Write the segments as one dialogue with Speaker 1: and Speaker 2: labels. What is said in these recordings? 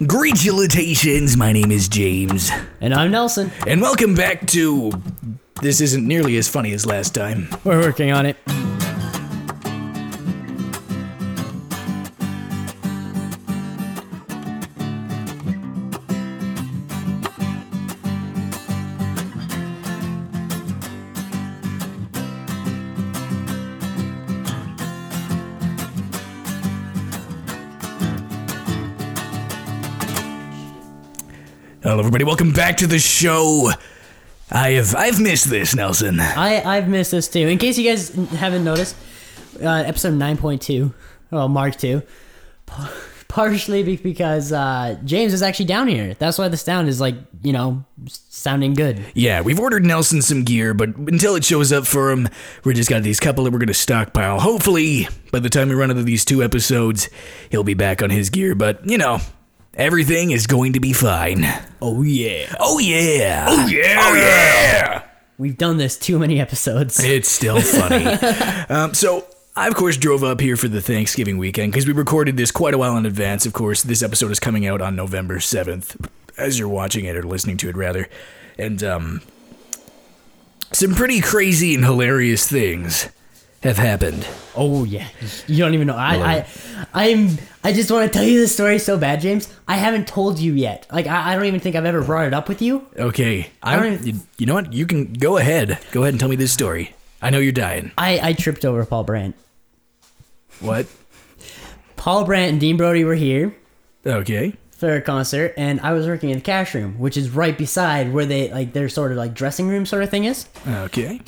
Speaker 1: Greetulitations, my name is James,
Speaker 2: And I'm Nelson.
Speaker 1: and welcome back to. This isn't nearly as funny as last time.
Speaker 2: We're working on it.
Speaker 1: Hello, everybody. Welcome back to the show. I have I've missed this, Nelson.
Speaker 2: I, I've missed this too. In case you guys haven't noticed, uh, episode 9.2, well, Mark 2, par- partially be- because uh, James is actually down here. That's why the sound is like, you know, s- sounding good.
Speaker 1: Yeah, we've ordered Nelson some gear, but until it shows up for him, we're just got these couple that we're gonna stockpile. Hopefully, by the time we run out of these two episodes, he'll be back on his gear. But you know, everything is going to be fine.
Speaker 2: Oh, yeah.
Speaker 1: Oh yeah. Oh yeah. Oh yeah.
Speaker 2: We've done this too many episodes.
Speaker 1: It's still funny. um, so I, of course, drove up here for the Thanksgiving weekend because we recorded this quite a while in advance. Of course, this episode is coming out on November 7th, as you're watching it or listening to it, rather. And um, some pretty crazy and hilarious things have happened.
Speaker 2: Oh, yeah. You don't even know. I, I, I'm, I just want to tell you this story so bad, James. I haven't told you yet. Like, I, I don't even think I've ever brought it up with you.
Speaker 1: Okay.
Speaker 2: don't
Speaker 1: I,
Speaker 2: even-
Speaker 1: you, you know what? You can go ahead. Go ahead and tell me this story. I know you're dying.
Speaker 2: I, I tripped over Paul Brandt.
Speaker 1: What?
Speaker 2: Paul Brandt and Dean Brody were here
Speaker 1: Okay.
Speaker 2: for a concert, and I was working in the cash room, which is right beside where they like their sort of like dressing room sort of thing is.
Speaker 1: Okay.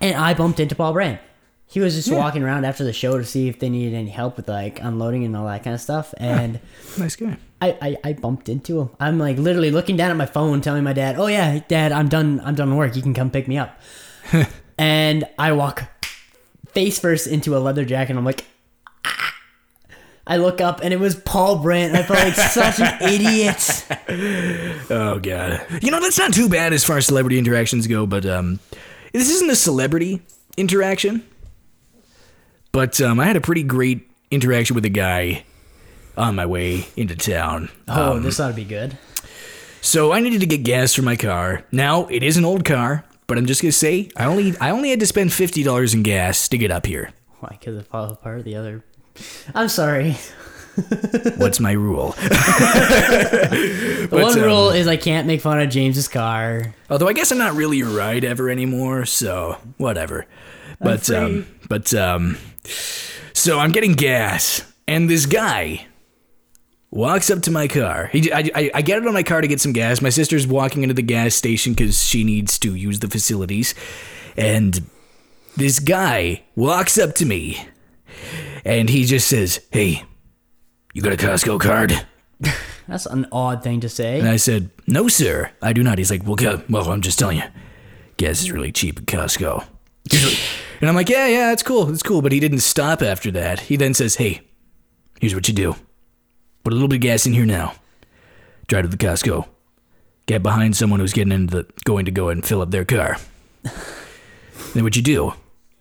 Speaker 2: And I bumped into Paul Brandt. He was just walking around after the show to see if they needed any help with like unloading and all that kind of stuff, and
Speaker 1: Nice guy.
Speaker 2: I, I I bumped into him. I'm like literally looking down at my phone, telling my dad, "Oh yeah, dad, I'm done. I'm done work. You can come pick me up." and I walk face first into a leather jacket. I'm like, "Ah." I look up and it was Paul Brandt. I felt like such an idiot.
Speaker 1: Oh god. You know that's not too bad as far as celebrity interactions go, but um, this isn't a celebrity interaction. But um, I had a pretty great interaction with a guy on my way into town.
Speaker 2: Oh, this ought to be good.
Speaker 1: So I needed to get gas for my car. Now it is an old car, but I'm just gonna say I only I only had to spend fifty dollars in gas to get up here.
Speaker 2: Why? Because it fell apart. The other. I'm sorry.
Speaker 1: What's my rule?
Speaker 2: The one
Speaker 1: um,
Speaker 2: rule is I can't make fun of James's car.
Speaker 1: Although I guess I'm not really a ride ever anymore, so whatever. But um, but um, so I'm getting gas, and this guy walks up to my car. He, I, I, I get it on my car to get some gas. My sister's walking into the gas station because she needs to use the facilities, and this guy walks up to me, and he just says, "Hey, you got a Costco card?"
Speaker 2: That's an odd thing to say.
Speaker 1: And I said, "No, sir, I do not." He's like, "Well, go, well, I'm just telling you, gas is really cheap at Costco." Usually- and I'm like, "Yeah, yeah, it's cool, it's cool." But he didn't stop after that. He then says, "Hey, here's what you do: put a little bit of gas in here now. Drive to the Costco, get behind someone who's getting into the going to go and fill up their car. then what you do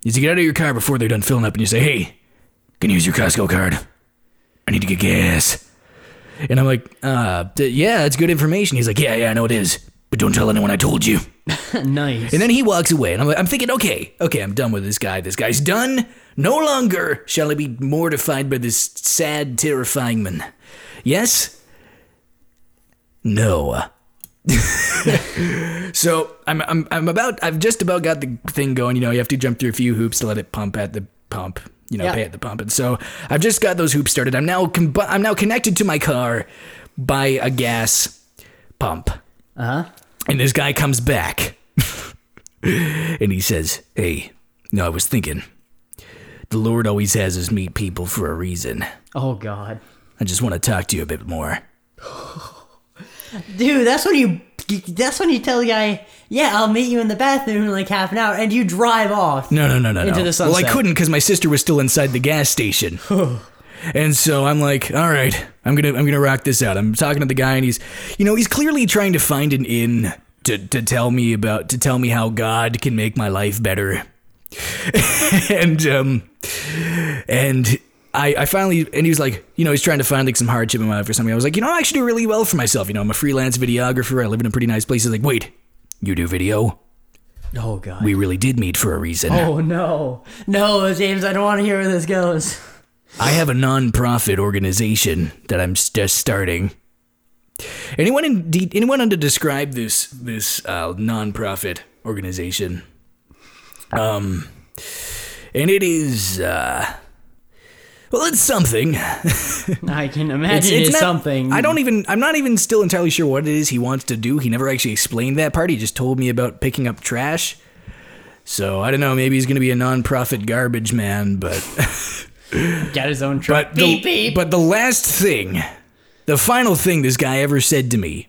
Speaker 1: is you get out of your car before they're done filling up, and you say, "Hey, can you use your Costco card? I need to get gas." And I'm like, uh, d- yeah, that's good information. He's like, yeah, yeah, I know it is, but don't tell anyone I told you.
Speaker 2: nice.
Speaker 1: And then he walks away, and I'm like, I'm thinking, okay, okay, I'm done with this guy. This guy's done. No longer shall I be mortified by this sad, terrifying man. Yes. No. so I'm, I'm I'm about I've just about got the thing going. You know, you have to jump through a few hoops to let it pump at the pump. You know,
Speaker 2: Yeah.
Speaker 1: pay at the pump. And so I've just got those hoops started. I'm now com- I'm now connected to my car by a gas pump.
Speaker 2: Uh huh.
Speaker 1: And this guy comes back. and he says, Hey, no, I was thinking. The Lord always has us meet people for a reason.
Speaker 2: Oh God.
Speaker 1: I just want to talk to you a bit more.
Speaker 2: Dude, that's when you that's when you tell the guy, "Yeah, I'll meet you in the bathroom in like half an hour," and you drive off.
Speaker 1: No, no, no, no.
Speaker 2: Into
Speaker 1: no.
Speaker 2: the
Speaker 1: Well, I
Speaker 2: sunset.
Speaker 1: couldn't because my sister was still inside the gas station. and so I'm like, all right, I'm gonna, I'm gonna rock this out. I'm talking to the guy, and he's, you know, he's clearly trying to find an in to, to tell me about, to tell me how God can make my life better. and um, and I, I finally, and he was like, you know, he's trying to find like some hardship in my life or something. I was like, you know, I actually do really well for myself. You know, I'm a freelance videographer. I live in a pretty nice place. He's like, wait, you do video?
Speaker 2: Oh god.
Speaker 1: We really did meet for a reason.
Speaker 2: Oh no, no, James. I don't want to hear where this goes.
Speaker 1: I have a non-profit organization that I'm s- just starting. Anyone in de- anyone want to describe this this uh, non-profit organization? Um, and it is uh, well, it's something.
Speaker 2: I can imagine it's,
Speaker 1: not-
Speaker 2: something.
Speaker 1: I don't even. I'm not even still entirely sure what it is he wants to do. He never actually explained that part. He just told me about picking up trash. So I don't know. Maybe he's going to be a non-profit garbage man, but.
Speaker 2: got his own truck.
Speaker 1: But the, but the last thing, the final thing this guy ever said to me,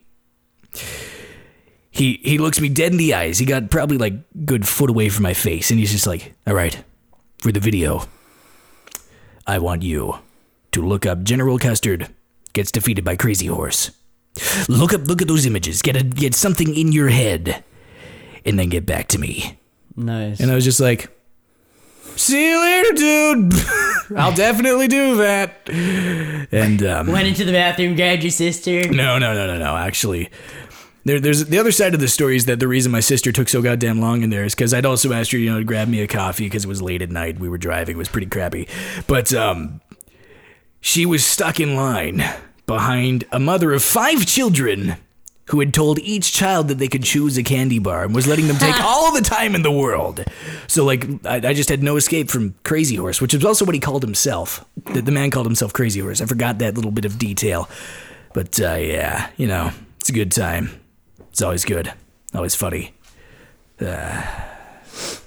Speaker 1: he he looks me dead in the eyes. He got probably like good foot away from my face, and he's just like, "All right, for the video, I want you to look up General Custard gets defeated by Crazy Horse. Look up, look at those images. Get a, get something in your head, and then get back to me."
Speaker 2: nice.
Speaker 1: And I was just like, "See you later, dude. I'll definitely do that." And um,
Speaker 2: Went into the bathroom, grabbed your sister.
Speaker 1: no, no, no, no, no. Actually, there, there's the other side of the story is that the reason my sister took so goddamn long in there is because I'd also asked her, you know, to grab me a coffee because it was late at night. We were driving. It was pretty crappy, but um, she was stuck in line behind a mother of five children. Who had told each child that they could choose a candy bar and was letting them take all the time in the world. So, like, I, I just had no escape from Crazy Horse, which is also what he called himself. The, the man called himself Crazy Horse. I forgot that little bit of detail. But uh, yeah, you know, it's a good time. It's always good, always funny. Uh,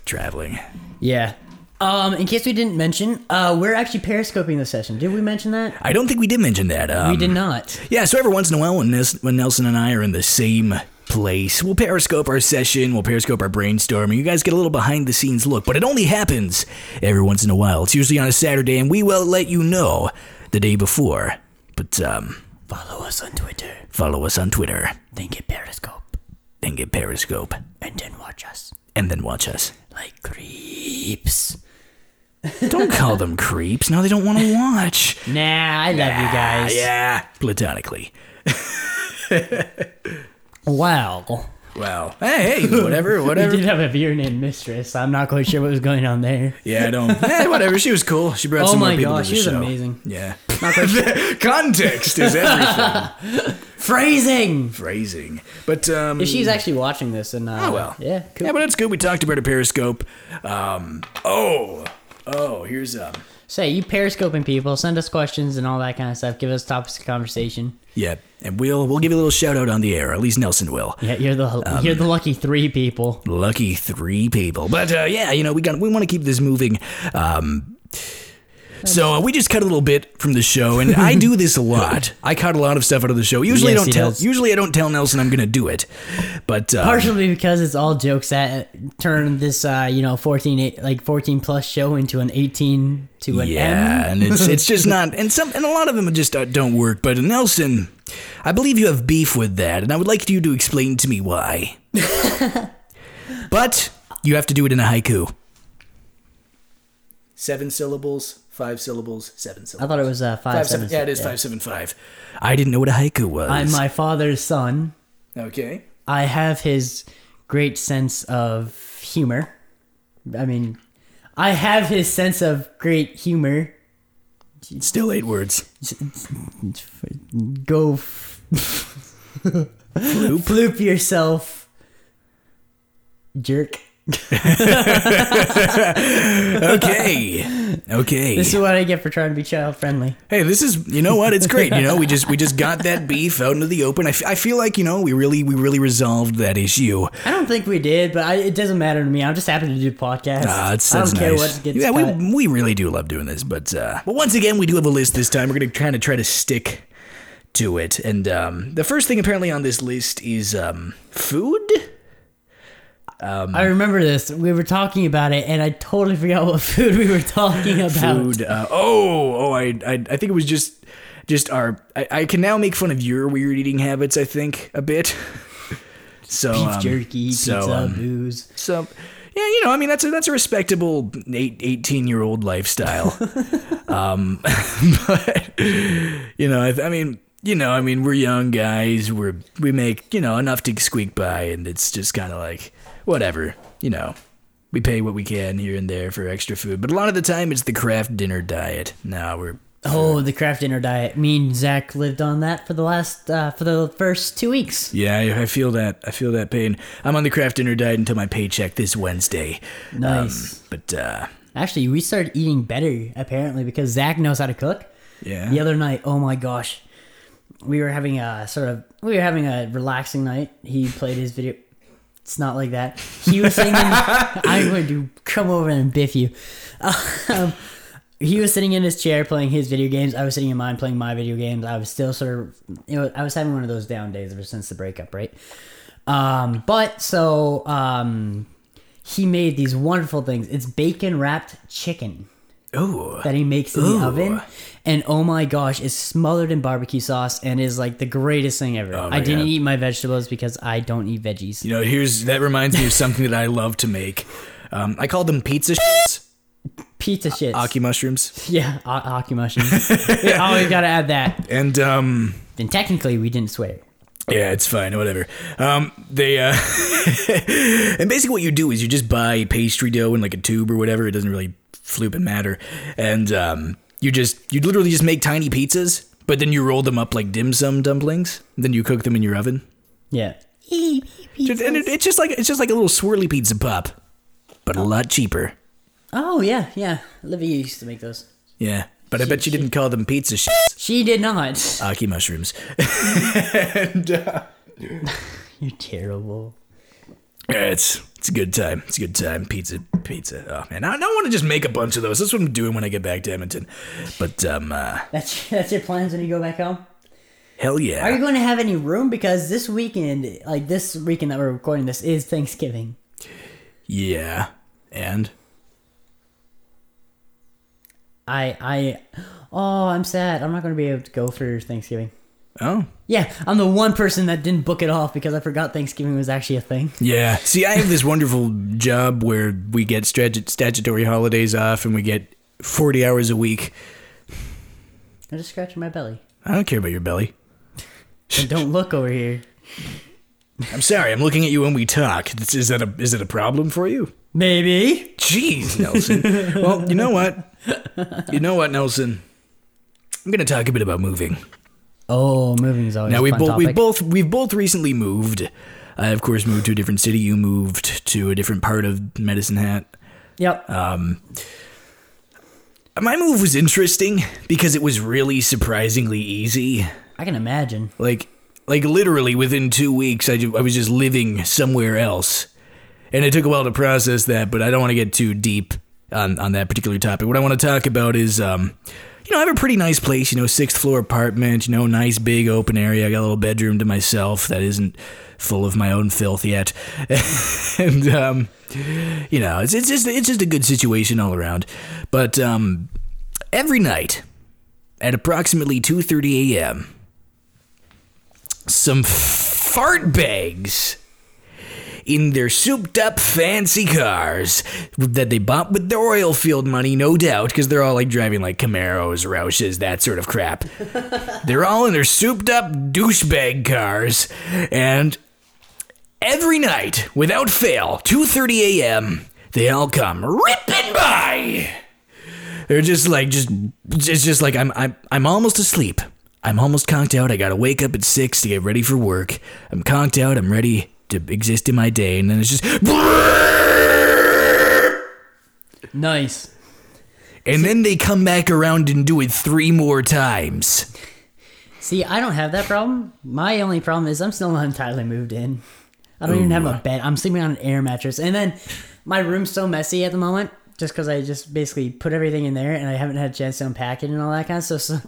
Speaker 1: traveling.
Speaker 2: Yeah. Um, in case we didn't mention, uh, we're actually periscoping this session. Did we mention that?
Speaker 1: I don't think we did mention that. Um,
Speaker 2: We did not.
Speaker 1: Yeah, so every once in a while, when, Nes- when Nelson and I are in the same place, we'll periscope our session, we'll periscope our brainstorming. You guys get a little behind the scenes look, but it only happens every once in a while. It's usually on a Saturday, and we will let you know the day before. But um,
Speaker 2: Follow us on Twitter.
Speaker 1: follow us on Twitter,
Speaker 2: Then get periscope,
Speaker 1: then get Periscope,
Speaker 2: and then watch us
Speaker 1: and then watch us.
Speaker 2: like creeps.
Speaker 1: Don't call them creeps. Now they don't want to watch.
Speaker 2: Nah, I love you guys.
Speaker 1: Yeah, platonically.
Speaker 2: Wow.
Speaker 1: Wow. Hey, hey, whatever,
Speaker 2: We
Speaker 1: whatever.
Speaker 2: did have a beer named Mistress. I'm not quite sure what was going on there.
Speaker 1: Yeah, I don't. Hey, whatever. She was cool. She brought
Speaker 2: Oh
Speaker 1: some more
Speaker 2: my
Speaker 1: people
Speaker 2: gosh,
Speaker 1: to
Speaker 2: she
Speaker 1: the
Speaker 2: was
Speaker 1: show.
Speaker 2: amazing.
Speaker 1: Yeah.
Speaker 2: Not quite sure.
Speaker 1: Context is everything.
Speaker 2: Phrasing.
Speaker 1: Phrasing, but um.
Speaker 2: If she's actually watching this, and uh,
Speaker 1: oh well.
Speaker 2: yeah, cool.
Speaker 1: Yeah, but it's good. We talked about a periscope. Um. Oh. Oh, here's um.
Speaker 2: Say you periscoping people, send us questions and all that kind of stuff. Give us topics of conversation.
Speaker 1: Yeah, and we'll we'll give you a little shout out on the air. At least Nelson will.
Speaker 2: Yeah, you're the
Speaker 1: Um,
Speaker 2: you're the lucky three people.
Speaker 1: lucky three people. But uh, yeah, you know, we got we want to keep this moving. Um, so uh, we just cut a little bit from the show, and I do this a lot. I cut a lot of stuff out of the show. Usually, I
Speaker 2: Yes,
Speaker 1: don't
Speaker 2: he
Speaker 1: tell.
Speaker 2: does.
Speaker 1: Usually, I don't tell Nelson I'm going to do it. But um,
Speaker 2: Partially because it's all jokes that turn this uh, you know 14 eight- like 14 plus show into an 18 to an M.
Speaker 1: yeah, and it's it's just not, and some and a lot of them just uh, don't work. But Nelson, I believe you have beef with that, and I would like you to explain to me why. but you have to do it in a haiku. Seven syllables, five syllables, seven syllables.
Speaker 2: I thought it was uh, five,
Speaker 1: Five
Speaker 2: seven,
Speaker 1: seven, yeah, it is five seven five. I didn't know what a haiku was.
Speaker 2: I'm my father's son.
Speaker 1: okay.
Speaker 2: I have his great sense of humor. I mean, I have his sense of great humor.
Speaker 1: Still eight words.
Speaker 2: Go f- floop. yourself, jerk.
Speaker 1: Okay. Okay.
Speaker 2: This is what I get for trying to be child friendly.
Speaker 1: hey, this is you know what? It's great. You know, we just we just got that beef out into the open. I, f- I feel like you know we really we really resolved that issue.
Speaker 2: I don't think we did, but I, it doesn't matter to me. I'm just happy to do podcasts.
Speaker 1: Uh, it's,
Speaker 2: I
Speaker 1: that's
Speaker 2: don't care
Speaker 1: nice.
Speaker 2: what gets
Speaker 1: yeah,
Speaker 2: cut.
Speaker 1: we we really do love doing this, but uh, but once again, we do have a list this time. We're gonna kind of try to stick to it, and um, the first thing apparently on this list is um, food.
Speaker 2: I remember this. We were talking about it, and I totally forgot what food we were talking about.
Speaker 1: food. Uh, oh, oh, I, I, I think it was just, just our. I, I can now make fun of your weird eating habits. I think a bit. So
Speaker 2: Beef
Speaker 1: um,
Speaker 2: jerky,
Speaker 1: so,
Speaker 2: pizza,
Speaker 1: um,
Speaker 2: booze.
Speaker 1: so Yeah, you know, I mean, that's a that's a respectable eight, 18 year old lifestyle. um, but you know, I, I mean, you know, I mean, we're young guys. We're we make you know enough to squeak by, and it's just kind of like whatever. You know, we pay what we can here and there for extra food, but a lot of the time it's the craft dinner diet. Now we're
Speaker 2: Oh, the craft dinner diet. Me and Zach lived on that for the last uh, for the first two weeks.
Speaker 1: Yeah, I, I feel that. I feel that pain. I'm on the craft dinner diet until my paycheck this Wednesday. Um,
Speaker 2: Nice.
Speaker 1: but uh,
Speaker 2: Actually, we started eating better apparently because Zach knows how to cook.
Speaker 1: yeah,
Speaker 2: The other night, oh my gosh, we were having a sort of we were having a relaxing night. He played his video. It's not like that. He was sitting. In, I'm going to come over and biff you. Um, he was sitting in his chair playing his video games. I was sitting in mine playing my video games. I was still sort of, you know, I was having one of those down days ever since the breakup, right? Um, but so um, he made these wonderful things. It's bacon wrapped chicken
Speaker 1: Oh,
Speaker 2: that he makes in
Speaker 1: Ooh.
Speaker 2: the oven. And oh my gosh, it's smothered in barbecue sauce and is like the greatest thing ever.
Speaker 1: Oh my
Speaker 2: I didn't
Speaker 1: God.
Speaker 2: eat my vegetables because I don't eat veggies.
Speaker 1: you know, here's that reminds me of something that I love to make. Um, I call them pizza shits,
Speaker 2: Pizza shit.
Speaker 1: uh, aki mushrooms,
Speaker 2: yeah, a- Akimashi. we always oh, gotta add that.
Speaker 1: and um,
Speaker 2: And technically, we didn't swear.
Speaker 1: Yeah, it's fine, whatever. Um, they uh, and basically what you do is you just buy pastry dough in like a tube or whatever. It doesn't really floop and matter, and um, you just you literally just make tiny pizzas, but then you roll them up like dim sum dumplings. Then you cook them in your oven,
Speaker 2: Yeah.
Speaker 1: Just- and it, it's just like it's just like a little swirly pizza pop, but a lot cheaper.
Speaker 2: Oh, yeah, yeah. Olivia used to make those.
Speaker 1: Yeah, but I bet you didn't call them pizza shits,
Speaker 2: She did not.
Speaker 1: aki mushrooms.
Speaker 2: You're terrible.
Speaker 1: Yeah, it's it's a good time. It's a good time. Pizza, pizza. Oh man, I, I want to just make a bunch of those. That's what I'm doing when I get back to Edmonton. But um, uh,
Speaker 2: That's, that's your plans when you go back home?
Speaker 1: hell
Speaker 2: Are
Speaker 1: yeah.
Speaker 2: you going to have any room? Because this weekend, like this weekend that we're recording this, is Thanksgiving.
Speaker 1: yeah. And
Speaker 2: I I oh I'm sad. I'm not gonna be able to go for Thanksgiving.
Speaker 1: oh
Speaker 2: Yeah, I'm the one person that didn't book it off because I forgot Thanksgiving was actually a thing.
Speaker 1: yeah. See, I have this wonderful job where we get strat- statutory holidays off, and we get forty hours a week.
Speaker 2: I'm just scratching my belly.
Speaker 1: I don't care about your belly.
Speaker 2: And don't look over here.
Speaker 1: I'm sorry. I'm looking at you when we talk. Is is that a is that a problem for you?
Speaker 2: Maybe.
Speaker 1: Jeez, Nelson. well, you know what? You know what, Nelson. I'm gonna talk a bit about moving.
Speaker 2: Oh, moving is always
Speaker 1: Now
Speaker 2: a
Speaker 1: we
Speaker 2: fun
Speaker 1: both we
Speaker 2: topic.
Speaker 1: both we've both recently moved. I of course moved to a different city. You moved to a different part of Medicine Hat.
Speaker 2: yep.
Speaker 1: My move was interesting because it was really surprisingly easy.
Speaker 2: I can imagine.
Speaker 1: Like like literally within 2 weeks I, ju- I was just living somewhere else. And it took a while to process that, but I don't want to get too deep on on that particular topic. What I want to talk about is um you know, I have a pretty nice place, you know, sixth floor apartment, you know, nice big open area. I got a little bedroom to myself that isn't full of my own filth yet. and um you know, it's it's just it's just a good situation all around. But um every night at approximately 2:30 a.m. some fart bags in their souped up fancy cars that they bought with their oil field money, no doubt, because they're all like driving like Camaros, Rouches, that sort of crap. they're all in their souped up douchebag cars, and every night, without fail, 2:30 a.m., they all come ripping by. They're just like just it's just like I'm I'm I'm almost asleep. I'm almost conked out. I gotta wake up at six to get ready for work. I'm conked out. I'm ready to exist in my day, and then it's just
Speaker 2: Nice.
Speaker 1: and then they come back around and do it three more times.
Speaker 2: See, I don't have that problem. My only problem is I'm still not entirely moved in. I don't even have a bed. I'm sleeping on an air mattress. And then my room's so messy at the moment just because I just basically put everything in there and I haven't had a chance to unpack it and all that kind of stuff. So,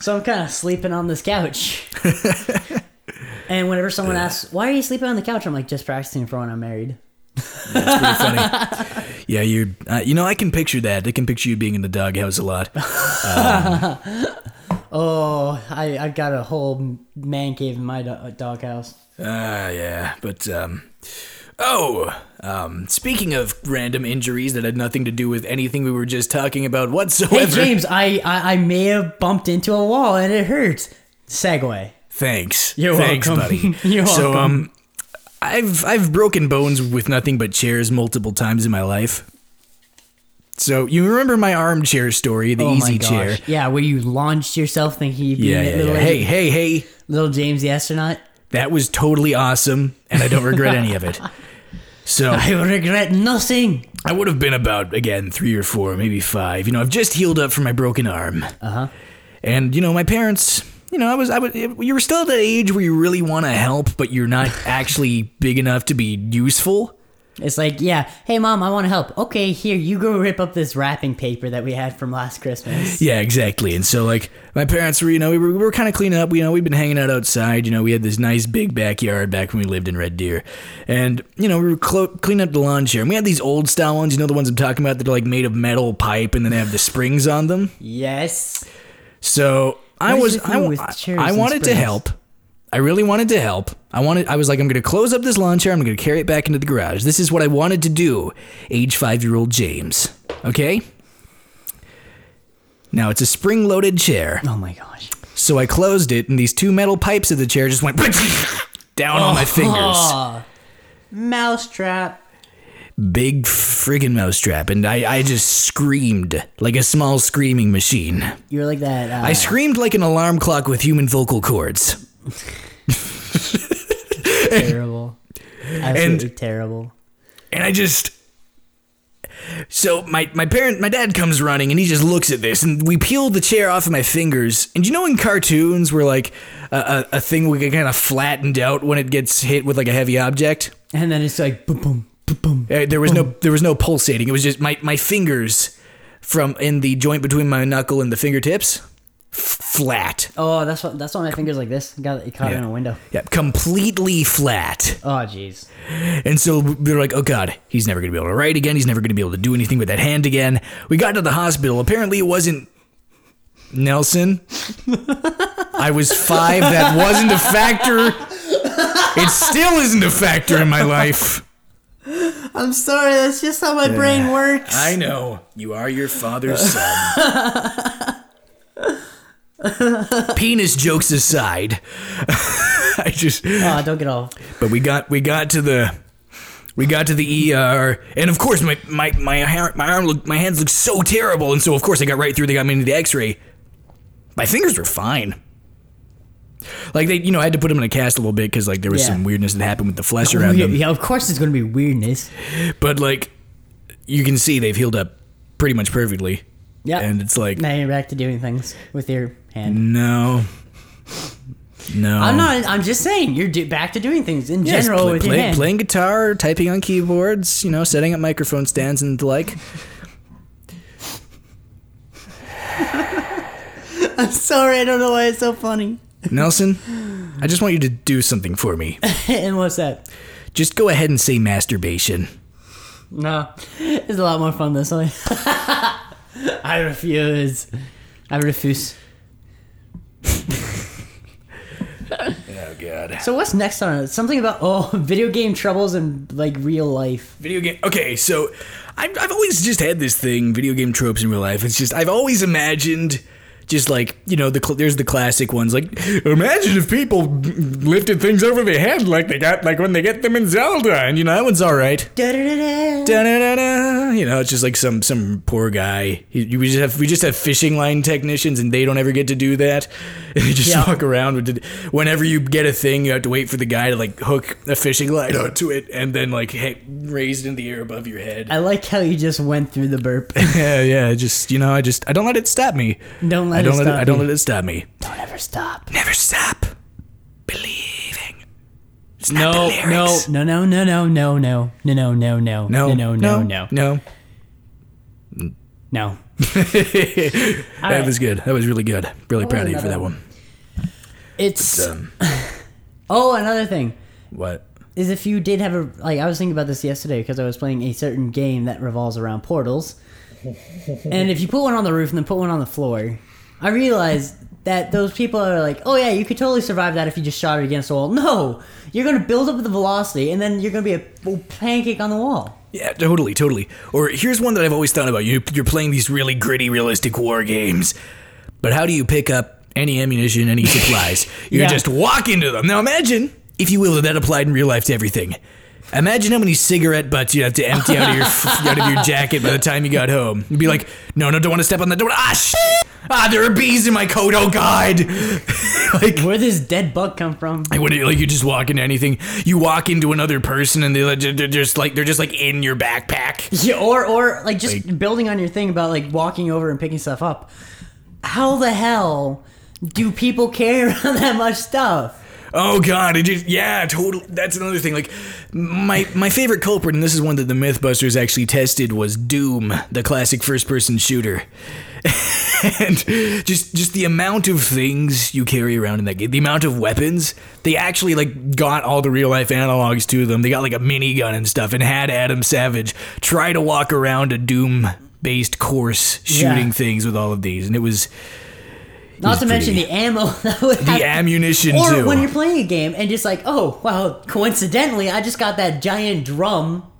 Speaker 2: so I'm kind of sleeping on this couch. and whenever someone asks, why are you sleeping on the couch? I'm like, just practicing for when I'm married.
Speaker 1: It's pretty funny. yeah, you're. Uh, you know, I can picture that. I can picture you being in the doghouse a lot.
Speaker 2: Oh, I, I've got a whole man cave in my do- doghouse.
Speaker 1: Ah, yeah, but um, Oh, um, speaking of random injuries that had nothing to do with anything we were just talking about
Speaker 2: Hey,
Speaker 1: whatsoever.
Speaker 2: James, I, I I may have bumped into a wall and it hurts. Segway.
Speaker 1: Thanks.
Speaker 2: You're
Speaker 1: Thanks,
Speaker 2: welcome.
Speaker 1: buddy.
Speaker 2: You're
Speaker 1: so,
Speaker 2: welcome.
Speaker 1: um, I've I've broken bones with nothing but chairs multiple times in my life. So you remember my armchair story, the
Speaker 2: Oh my
Speaker 1: easy
Speaker 2: gosh.
Speaker 1: chair?
Speaker 2: Yeah, where you launched yourself thinking you'd be
Speaker 1: Yeah, yeah,
Speaker 2: little,
Speaker 1: yeah. Hey, hey, hey!
Speaker 2: little James the astronaut.
Speaker 1: That was totally awesome, and I don't regret any of it. So
Speaker 2: I regret nothing.
Speaker 1: I would have been about again three or four, maybe five. You know, I've just healed up from my broken arm. Uh huh. And you know, my parents. You know, I was. I was. You were still at that age where you really want to help, but you're not actually big enough to be useful.
Speaker 2: It's like, yeah, hey mom, I want to help. Okay, here you go rip up this wrapping paper that we had from last Christmas.
Speaker 1: Yeah, exactly. And so, like, my parents were, you know, we were, we were kind of cleaning up. You know, we'd been hanging out outside. You know, we had this nice big backyard back when we lived in Red Deer. And, you know, we were clo- cleaning up the lawn chair. And we had these old style ones, you know, the ones I'm talking about that are, like, made of metal pipe and then have the springs on them.
Speaker 2: Yes.
Speaker 1: So I
Speaker 2: What is
Speaker 1: was,
Speaker 2: your
Speaker 1: I,
Speaker 2: thing
Speaker 1: wa-
Speaker 2: with
Speaker 1: I-
Speaker 2: chairs
Speaker 1: I
Speaker 2: and
Speaker 1: wanted to
Speaker 2: springs?
Speaker 1: help. I really wanted to help. I wanted. I was like, I'm going to close up this lawn chair. I'm going to carry it back into the garage. This is what I wanted to do. Age five year old James. Okay. Now it's a spring loaded chair.
Speaker 2: Oh my gosh.
Speaker 1: So I closed it, and these two metal pipes of the chair just went down on my fingers.
Speaker 2: Oh, mousetrap.
Speaker 1: Big friggin' mousetrap. And I, I just screamed like a small screaming machine.
Speaker 2: You're like that. Uh,
Speaker 1: I screamed like an alarm clock with human vocal cords.
Speaker 2: terrible. Absolutely terrible.
Speaker 1: And I just so my my parent my dad comes running and he just looks at this and we peel the chair off of my fingers and you know in cartoons where like a, a, a thing would get kind of flattened out when it gets hit with like a heavy object
Speaker 2: And then it's like boom, boom, boom, boom.
Speaker 1: Uh, there was no there was no pulsating it was just my my fingers from in the joint between my knuckle and the fingertips f- flat
Speaker 2: Oh, that's what. That's why my fingers like this. Got it caught in a window.
Speaker 1: yeah completely flat
Speaker 2: Oh, jeez.
Speaker 1: And so we were like, oh God, he's never going to be able to write again. He's never going to be able to do anything with that hand again. We got to the hospital. Apparently, it wasn't Nelson. I was five. That wasn't a factor. It still isn't a factor in my life.
Speaker 2: I'm sorry. That's just how my brain works.
Speaker 1: I know. You are your father's son. Penis jokes aside, I just.
Speaker 2: oh, don't get all.
Speaker 1: But we got we got to the we got to the ER, and of course my my my har- my arm looked, my hands looked so terrible, and so of course I got right through. They got me into the X-ray. My fingers were fine. Like they, you know, I had to put them in a cast a little bit because like there was
Speaker 2: Yeah. Oh,
Speaker 1: some weirdness that happened with the flesh around
Speaker 2: Yeah,
Speaker 1: them.
Speaker 2: yeah, of course it's gonna be weirdness.
Speaker 1: But like, you can see they've healed up pretty much perfectly.
Speaker 2: Yeah.
Speaker 1: And it's like,
Speaker 2: Now you're back to doing things with your hand.
Speaker 1: no, no.
Speaker 2: I'm not. I'm just saying you're do, back to doing things in
Speaker 1: Yes,
Speaker 2: general
Speaker 1: play-
Speaker 2: with your
Speaker 1: play-
Speaker 2: hand.
Speaker 1: playing guitar, typing on keyboards, you know, setting up microphone stands and the like.
Speaker 2: I'm sorry. I don't know why it's so funny.
Speaker 1: Nelson, I just want you to do something for me.
Speaker 2: and what's that?
Speaker 1: Just go ahead and say masturbation.
Speaker 2: No, it's a lot more fun this way. I refuse. I refuse.
Speaker 1: Oh god.
Speaker 2: So what's next on it? Something about oh, video game troubles and like real life.
Speaker 1: Video game. Okay, so I've, I've always just had this thing, video game tropes in real life. It's just I've always imagined. Just like you know, the cl- there's the classic ones. Like, imagine if people lifted things over their head, like they got, like when they get them in Zelda, and you know that one's all right.
Speaker 2: Da-da-da-da.
Speaker 1: Da-da-da-da. You know, it's just like some some poor guy. He- you- We just have we just have fishing line technicians, and they don't ever get to do that. And they just
Speaker 2: Yeah.
Speaker 1: walk around. With it. Whenever you get a thing, you have to wait for the guy to like hook a fishing line onto it, and then like ha- raise it in the air above your head.
Speaker 2: I like how you just went through the burp.
Speaker 1: yeah, yeah. Just you know, I just I don't let it stop me.
Speaker 2: Don't let
Speaker 1: I
Speaker 2: it
Speaker 1: don't let
Speaker 2: stop
Speaker 1: it, I don't
Speaker 2: you.
Speaker 1: let it stop me.
Speaker 2: Don't ever stop.
Speaker 1: Never stop believing. It's not
Speaker 2: No,
Speaker 1: the
Speaker 2: no,
Speaker 1: lyrics.
Speaker 2: no, no, no, no, no, no, no, no, no, no, no, no, no, no,
Speaker 1: no.
Speaker 2: no.
Speaker 1: that
Speaker 2: right.
Speaker 1: was good. That was really good. Really
Speaker 2: What
Speaker 1: proud of
Speaker 2: was
Speaker 1: you for
Speaker 2: another
Speaker 1: that
Speaker 2: one?
Speaker 1: one.
Speaker 2: It's
Speaker 1: Um,
Speaker 2: oh, another thing
Speaker 1: what?
Speaker 2: is if you did have a like, I was thinking about this yesterday because I was playing a certain game that revolves around portals, and if you put one on the roof and then put one on the floor, I realized that those people are like, oh yeah, you could totally survive that if you just shot it against the wall. No, you're gonna build up the velocity, and then you're gonna be a pancake on the wall.
Speaker 1: Yeah, totally, totally. Or here's one that I've always thought about. You, you're playing these really gritty, realistic war games, but how do you pick up any ammunition, any supplies? You
Speaker 2: Yeah.
Speaker 1: just walk into them. Now imagine, if you will, that that applied in real life to everything. Imagine how many cigarette butts you would have to empty out of your out of your jacket by the time you got home. You'd be like, no, no, don't want to step on that. Don't ah, sh- ah, there are bees in my coat. Oh God! like
Speaker 2: Where does dead bug come from?
Speaker 1: I wouldn't like you just walk into anything. You walk into another person and they like, they're just like they're just like in your backpack.
Speaker 2: Yeah, or or like just building on your thing about like walking over and picking stuff up. How the hell do people carry around that much stuff?
Speaker 1: Oh god, it just yeah, totally. That's another thing. Like my my favorite culprit, and this is one that the MythBusters actually tested, was Doom, the classic first-person shooter. and just just the amount of things you carry around in that game, the amount of weapons they actually like got all the real life analogs to them. They got like a minigun and stuff, and had Adam Savage try to walk around a Doom based course shooting
Speaker 2: Yeah.
Speaker 1: things with all of these, and it was
Speaker 2: Not to mention
Speaker 1: pretty-
Speaker 2: the ammo that would
Speaker 1: the ammunition
Speaker 2: Or
Speaker 1: too.
Speaker 2: when you're playing a game and just like, oh wow, coincidentally, I just got that giant drum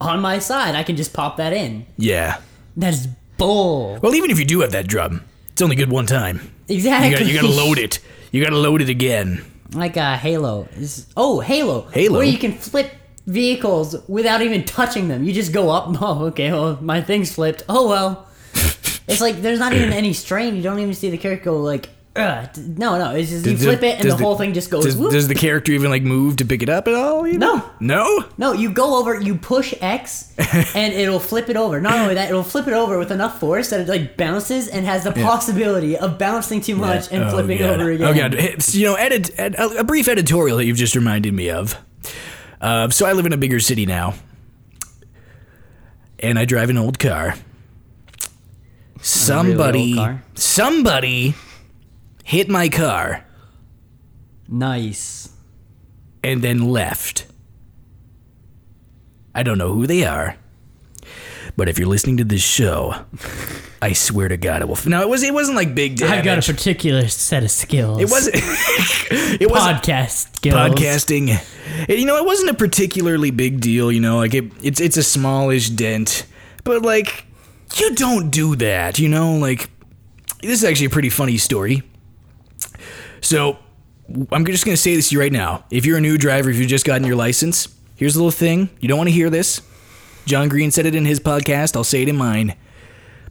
Speaker 2: on my side. I can just pop that in.
Speaker 1: yeah.
Speaker 2: That is bull.
Speaker 1: Well, even if you do have that drum, it's only good one time. You
Speaker 2: Exactly.
Speaker 1: gotta, you gotta load it. You gotta load it again.
Speaker 2: Like a Halo. Is oh Halo.
Speaker 1: Halo?
Speaker 2: Where you can flip vehicles without even touching them. You just go up. Oh, okay. Well, my thing's flipped. Oh well. it's like there's not even any strain. You don't even see the character go like. Ugh. No, no. It's just you
Speaker 1: Does
Speaker 2: flip it and
Speaker 1: does
Speaker 2: the whole thing just goes.
Speaker 1: Does,
Speaker 2: whoop.
Speaker 1: does the character even like move to pick it up at all? even?
Speaker 2: No.
Speaker 1: No.
Speaker 2: No, you go over, you push X, and it'll flip it over. Not only that, it'll flip it over with enough force that it like bounces and has the possibility of bouncing too much and flipping
Speaker 1: God.
Speaker 2: over again.
Speaker 1: Oh god! It's, you know, edit, ed, a a brief editorial that you've just reminded me of. Uh, so I live in a bigger city now, and I drive an old car. Somebody,
Speaker 2: car?
Speaker 1: somebody, hit my car
Speaker 2: Nice.
Speaker 1: and then left. I don't know who they are, but if you're listening to this show, I swear to God, it will. F- now it was it wasn't like big damage.
Speaker 3: I've got a particular set of skills.
Speaker 1: it wasn't. it wasn't
Speaker 3: podcast skills.
Speaker 1: podcasting. And, you know, it wasn't a particularly big deal. You know, like it, it's it's a smallish dent, but like you don't do that. You know, like this is actually a pretty funny story. So I'm just gonna say this to you right now. If you're a new driver, if you've just gotten your license, here's a little thing. You don't want to hear this. John Green said it in his podcast. I'll say it in mine.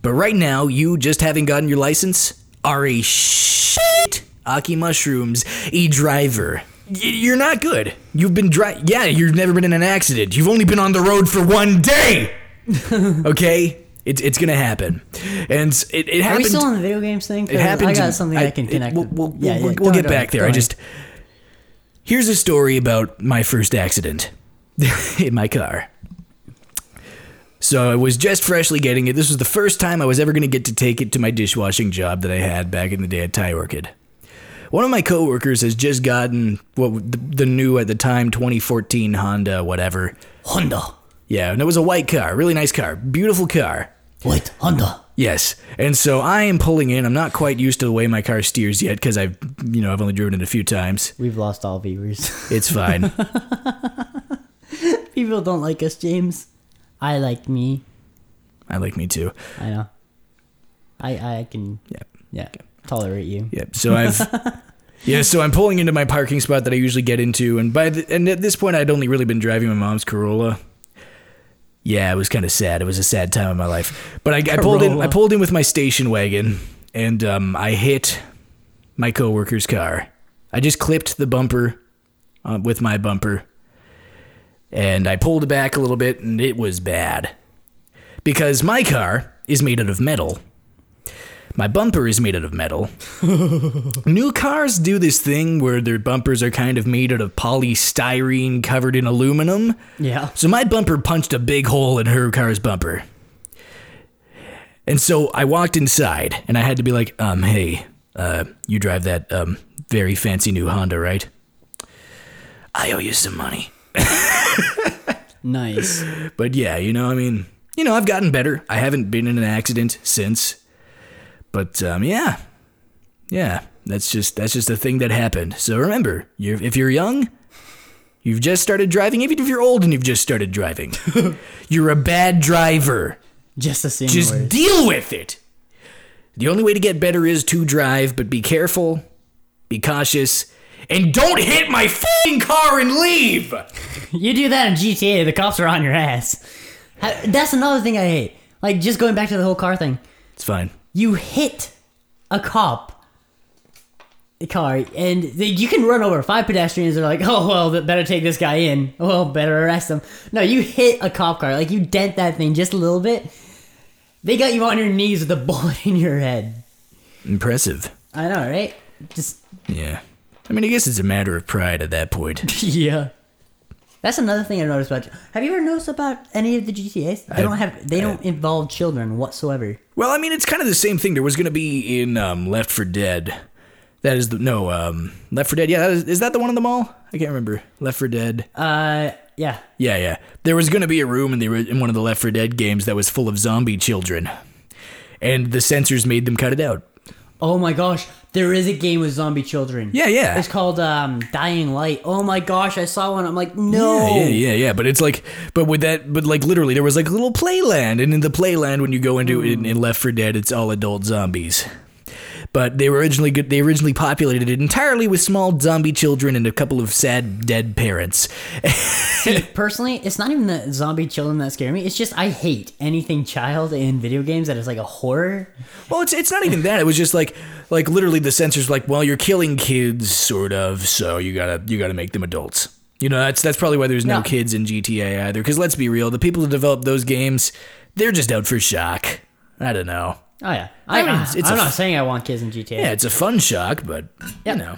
Speaker 1: But right now, you just having gotten your license are a shit Aki Mushrooms e driver. Y- You're not good. You've been dri Yeah, you've never been in an accident. You've only been on the road for one day. okay, it's it's gonna happen, and it it
Speaker 2: Are we
Speaker 1: happened.
Speaker 2: still on the video games thing? 'Cause
Speaker 1: it happened.
Speaker 2: I got
Speaker 1: to-
Speaker 2: something I, can
Speaker 1: it-
Speaker 2: connect.
Speaker 1: We'll,
Speaker 2: with.
Speaker 1: we'll,
Speaker 2: Yeah,
Speaker 1: we'll,
Speaker 2: yeah,
Speaker 1: we'll
Speaker 2: go on,
Speaker 1: get
Speaker 2: go on,
Speaker 1: back there.
Speaker 2: go
Speaker 1: I
Speaker 2: on.
Speaker 1: just here's a story about my first accident in my car. So I was just freshly getting it. This was the first time I was ever going to get to take it to my dishwashing job that I had back in the day at Thai Orchid. One of my coworkers has just gotten what the, the new at the time 2014 Honda whatever.
Speaker 2: Honda.
Speaker 1: Yeah, and it was a white car, really nice car, beautiful car.
Speaker 2: Wait, Honda.
Speaker 1: Yes. And so I am pulling in. I'm not quite used to the way my car steers yet because I've, you know, I've only driven it a few times.
Speaker 2: We've lost all viewers.
Speaker 1: It's fine.
Speaker 2: People don't like us, James. I like me.
Speaker 1: I like me too.
Speaker 2: I know. I I can.
Speaker 1: Yeah.
Speaker 2: Yeah. Tolerate you.
Speaker 1: Yep. So I've, yeah. So I'm pulling into my parking spot that I usually get into, and by the, and at this point I'd only really been driving my mom's Corolla. Yeah, it was kind of sad. It was a sad time in my life. But I, I pulled in. I
Speaker 2: Corolla.
Speaker 1: pulled in with my station wagon, and um, I hit my coworker's car. I just clipped the bumper uh, with my bumper, and I pulled back a little bit, and it was bad because my car is made out of metal. My bumper is made out of metal. New cars do this thing where their bumpers are kind of made out of polystyrene covered in aluminum.
Speaker 2: Yeah.
Speaker 1: So my bumper punched a big hole in her car's bumper. And so I walked inside and I had to be like, um, hey, uh, you drive that um, very fancy new Honda, right? I owe you some money.
Speaker 2: Nice.
Speaker 1: But yeah, you know, I mean, you know, I've gotten better. I haven't been in an accident since. But um, yeah, yeah, That's just that's just a thing that happened. So remember, you're, if you're young, you've just started driving. Even if you're old and you've just started driving, you're a bad driver.
Speaker 2: Just the same
Speaker 1: Just
Speaker 2: word.
Speaker 1: deal with it. The only way to get better is to drive, but be careful, be cautious, and don't hit my fucking car and leave.
Speaker 2: You do that in GTA, the cops are on your ass. I- That's another thing I hate. Like just going back to the whole car thing.
Speaker 1: It's fine.
Speaker 2: You hit a cop a car and they, you can run over five pedestrians they're like oh well th- better take this guy in well better arrest him no you hit a cop car like you dent that thing just a little bit they got you on your knees with a bullet in your head
Speaker 1: Impressive.
Speaker 2: i know right just
Speaker 1: Yeah. I mean, I guess it's a matter of pride at that point.
Speaker 2: yeah that's another thing i noticed about have you ever noticed about any of the gtas they
Speaker 1: I-
Speaker 2: don't have they don't involve children whatsoever
Speaker 1: Well, I mean, it's kind of the same thing. There was going to be in um, Left for Dead. That is the no um, Left for Dead. Yeah, that is, is that the one in the mall? I can't remember. Left for Dead.
Speaker 2: uh yeah
Speaker 1: Yeah, yeah. There was going to be a room in the ori- in one of the Left for Dead games that was full of zombie children, and the censors made them cut it out.
Speaker 2: oh my gosh there is a game with zombie children
Speaker 1: Yeah, yeah.
Speaker 2: It's called um, Dying Light. Oh my gosh, I saw one. I'm like,
Speaker 1: Yeah,
Speaker 2: no.
Speaker 1: yeah, yeah, yeah. But it's like, but with that, but like literally, there was like little playland, and in the playland, when you go into
Speaker 2: Hmm.
Speaker 1: in, in Left for Dead, it's all adult zombies. But they were originally good. They originally populated it entirely with small zombie children and a couple of sad dead parents.
Speaker 2: See, personally, it's not even the zombie children that scare me. It's just I hate anything child in video games that is like a horror.
Speaker 1: Well, it's it's not even that. It was just like like literally the censors were like, well, you're killing kids, sort of. So you gotta you gotta make them adults. You know, that's that's probably why there's no
Speaker 2: Yeah.
Speaker 1: kids in GTA either. Because let's be real, the people who develop those games, they're just out for shock. I don't know.
Speaker 2: Oh yeah, I,
Speaker 1: I mean,
Speaker 2: I,
Speaker 1: it's- it's
Speaker 2: am
Speaker 1: a
Speaker 2: not
Speaker 1: f-
Speaker 2: saying I want kids in GTA.
Speaker 1: Yeah,
Speaker 2: Yeah.
Speaker 1: it's a fun shock, but you know.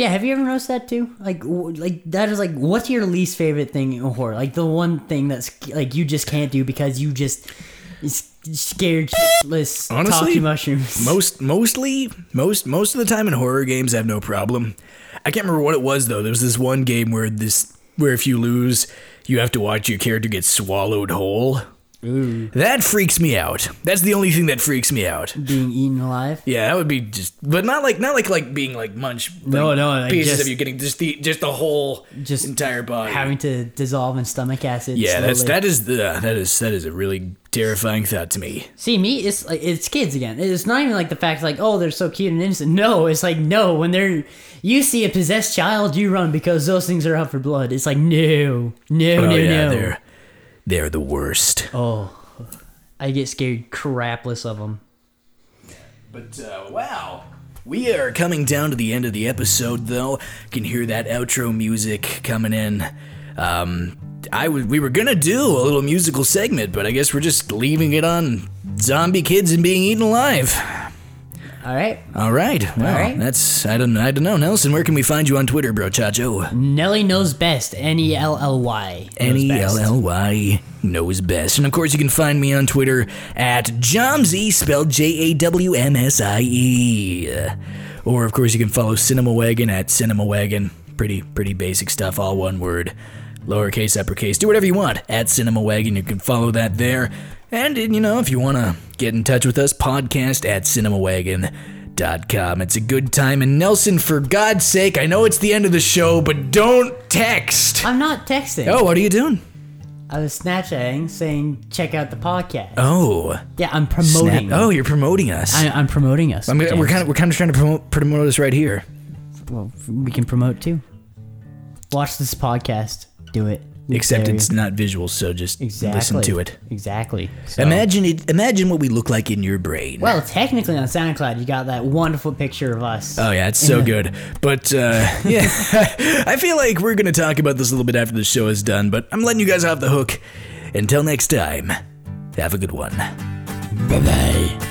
Speaker 2: have you ever noticed that too? Like, w- like that is like, what's your least favorite thing in horror? Like the one thing that's like you just can't do because you just is scared shitless
Speaker 1: Honestly,
Speaker 2: talkie mushrooms.
Speaker 1: Most mostly most most of the time in horror games I have no problem. I can't remember what it was though. There was this one game where this where if you lose, you have to watch your character get swallowed whole. That freaks me out. That's the only thing that freaks me out.
Speaker 2: being eaten alive.
Speaker 1: Yeah, that would be just, but not like not like like being like munch.
Speaker 2: No,
Speaker 1: like,
Speaker 2: no, like
Speaker 1: pieces
Speaker 2: just-
Speaker 1: of you getting just the just the whole
Speaker 2: Just
Speaker 1: entire body.
Speaker 2: Having to dissolve in stomach acid.
Speaker 1: yeah, that's
Speaker 2: slowly.
Speaker 1: that is the that is that is a really terrifying thought to me.
Speaker 2: See me, it's like it's kids again. It's not even like the fact like oh they're so cute and innocent. No, it's like no when they're you see a possessed child, you run because those things are out for blood. It's like no, no,
Speaker 1: Oh
Speaker 2: no,
Speaker 1: yeah,
Speaker 2: no.
Speaker 1: they're they're the worst.
Speaker 2: Oh, I get scared crapless of them.
Speaker 1: But uh, wow, we are coming down to the end of the episode, though. You can hear that outro music coming in. Um, I w- we were gonna do a little musical segment, but I guess we're just leaving it on zombie kids and being eaten alive.
Speaker 2: All right,
Speaker 1: All right, well,
Speaker 2: right.
Speaker 1: that's I don't I don't know, Nelson. Where can we find you on Twitter, bro, Chacho?
Speaker 2: Nelly knows best. N e l l y.
Speaker 1: N e l l y knows best, and of course you can find me on Twitter at Jomsy, spelled J A W M S I E, or of course you can follow Cinema Wagon at Cinema Wagon. Pretty pretty basic stuff, all one word, lowercase, uppercase. Do whatever you want at Cinema Wagon. You can follow that there, and you know if you wanna get in touch with us, podcast at Cinema Wagon. com. It's a good time. And Nelson, for God's sake, I know it's the end of the show, but don't text.
Speaker 2: I'm not texting.
Speaker 1: Oh, what are you doing?
Speaker 2: I was Snapchatting saying check out the podcast.
Speaker 1: Oh,
Speaker 2: yeah, I'm
Speaker 1: snap.
Speaker 2: promoting.
Speaker 1: Oh, you're promoting us.
Speaker 2: I, I'm promoting us.
Speaker 1: I'm gonna- we're kind of we're kind of trying to promote promote us right here.
Speaker 2: well, we can promote too. Watch this podcast. Do it.
Speaker 1: Except
Speaker 2: There
Speaker 1: it's not visual, so just
Speaker 2: Exactly.
Speaker 1: listen to it.
Speaker 2: Exactly. So-
Speaker 1: Imagine it. Imagine what we look like in your brain.
Speaker 2: well, technically on SoundCloud, you got that wonderful picture of us.
Speaker 1: Oh yeah, it's so good. But uh, yeah, I feel like we're gonna talk about this a little bit after the show is done. But I'm letting you guys off the hook. Until next time, have a good one. Bye bye.